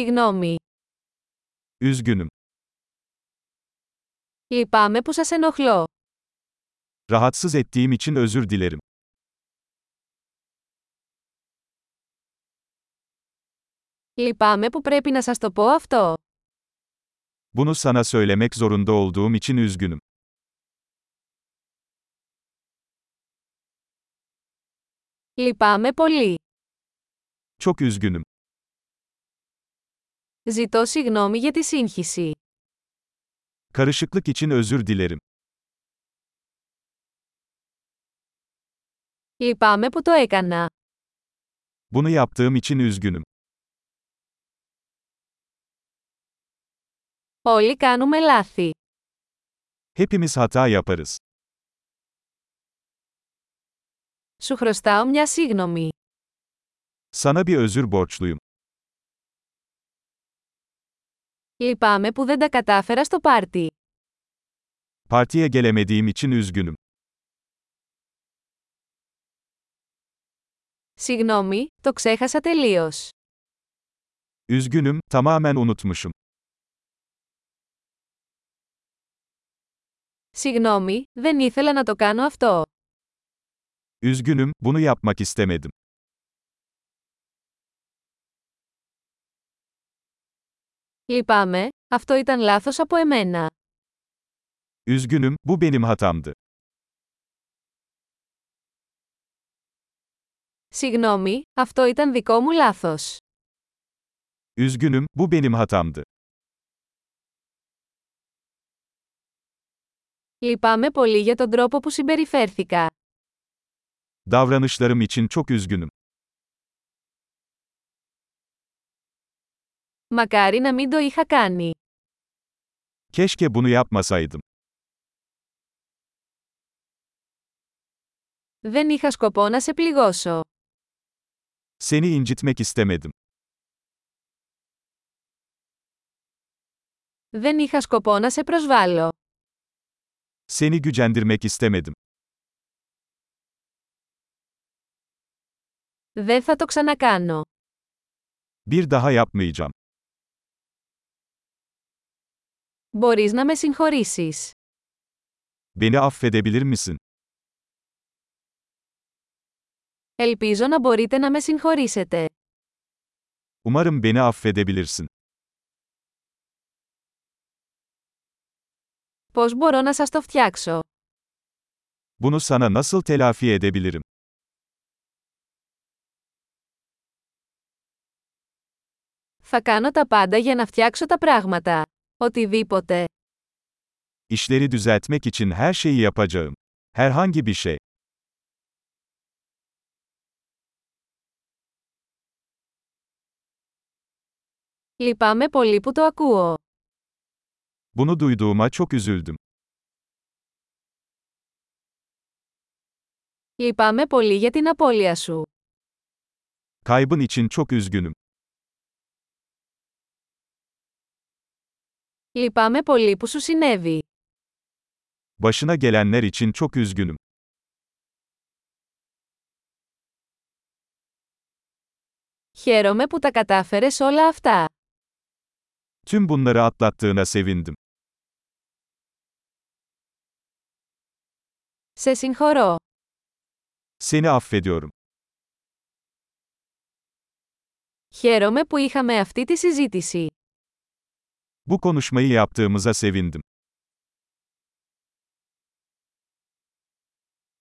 Συγγνώμη. Üzgünüm. Λυπάμαι που σας ενοχλώ. Rahatsız ettiğim için özür dilerim. Λυπάμαι που πρέπει να σας το πω αυτό. Bunu sana söylemek zorunda olduğum için üzgünüm. Λυπάμαι πολύ. Çok üzgünüm. Ζητώ συγγνώμη για τη σύγχυση. Karışıklık için özür dilerim. Λυπάμαι που το έκανα. Bunu yaptığım için üzgünüm. Όλοι κάνουμε λάθη. Hepimiz hata yaparız. Σου χρωστάω μια σύγγνωμη. Sana bir özür borçluyum. Λυπάμαι που δεν τα κατάφερα στο πάρτι. Partiye gelemediğim için üzgünüm. Συγγνώμη, το ξέχασα τελείως. Üzgünüm, tamamen unutmuşum. Συγγνώμη, δεν ήθελα να το κάνω αυτό. Üzgünüm, bunu yapmak istemedim. Λυπάμαι, αυτό ήταν λάθος από εμένα. Üzgünüm, bu benim hatamdı. Συγγνώμη, αυτό ήταν δικό μου λάθος. Üzgünüm, bu benim hatamdı. Λυπάμαι πολύ για τον τρόπο που συμπεριφέρθηκα. Davranışlarım için çok üzgünüm. Μακάρι να μην το είχα κάνει. Keşke bunu yapmasaydım. Δεν είχα σκοπό να σε πληγώσω. Seni incitmek istemedim. Δεν είχα σκοπό να σε προσβάλλω. Seni gücendirmek istemedim. Δεν θα το ξανακάνω. Bir daha yapmayacağım. Μπορείς να με συγχωρήσεις. Beni affedebilir misin? Ελπίζω να μπορείτε να με συγχωρήσετε. Umarım beni affedebilirsin. Πώς μπορώ να σας το φτιάξω. Bunu sana nasıl telafi edebilirim? Θα κάνω τα πάντα για να φτιάξω τα πράγματα. Οτιδήποτε. İşleri düzeltmek için her şeyi yapacağım. Herhangi bir şey. Λυπάμαι πολύ που το ακούω. Bunu duyduğuma çok üzüldüm. Λυπάμαι πολύ για την απώλεια σου. Kaybın için çok üzgünüm. Λυπάμαι πολύ που σου συνέβη. Başına gelenler için çok üzgünüm. Χαίρομαι που τα κατάφερες όλα αυτά. Tüm bunları atlattığına sevindim. Σε συγχωρώ. Seni affediyorum. Χαίρομαι που είχαμε αυτή τη συζήτηση. Bu konuşmayı yaptığımıza sevindim.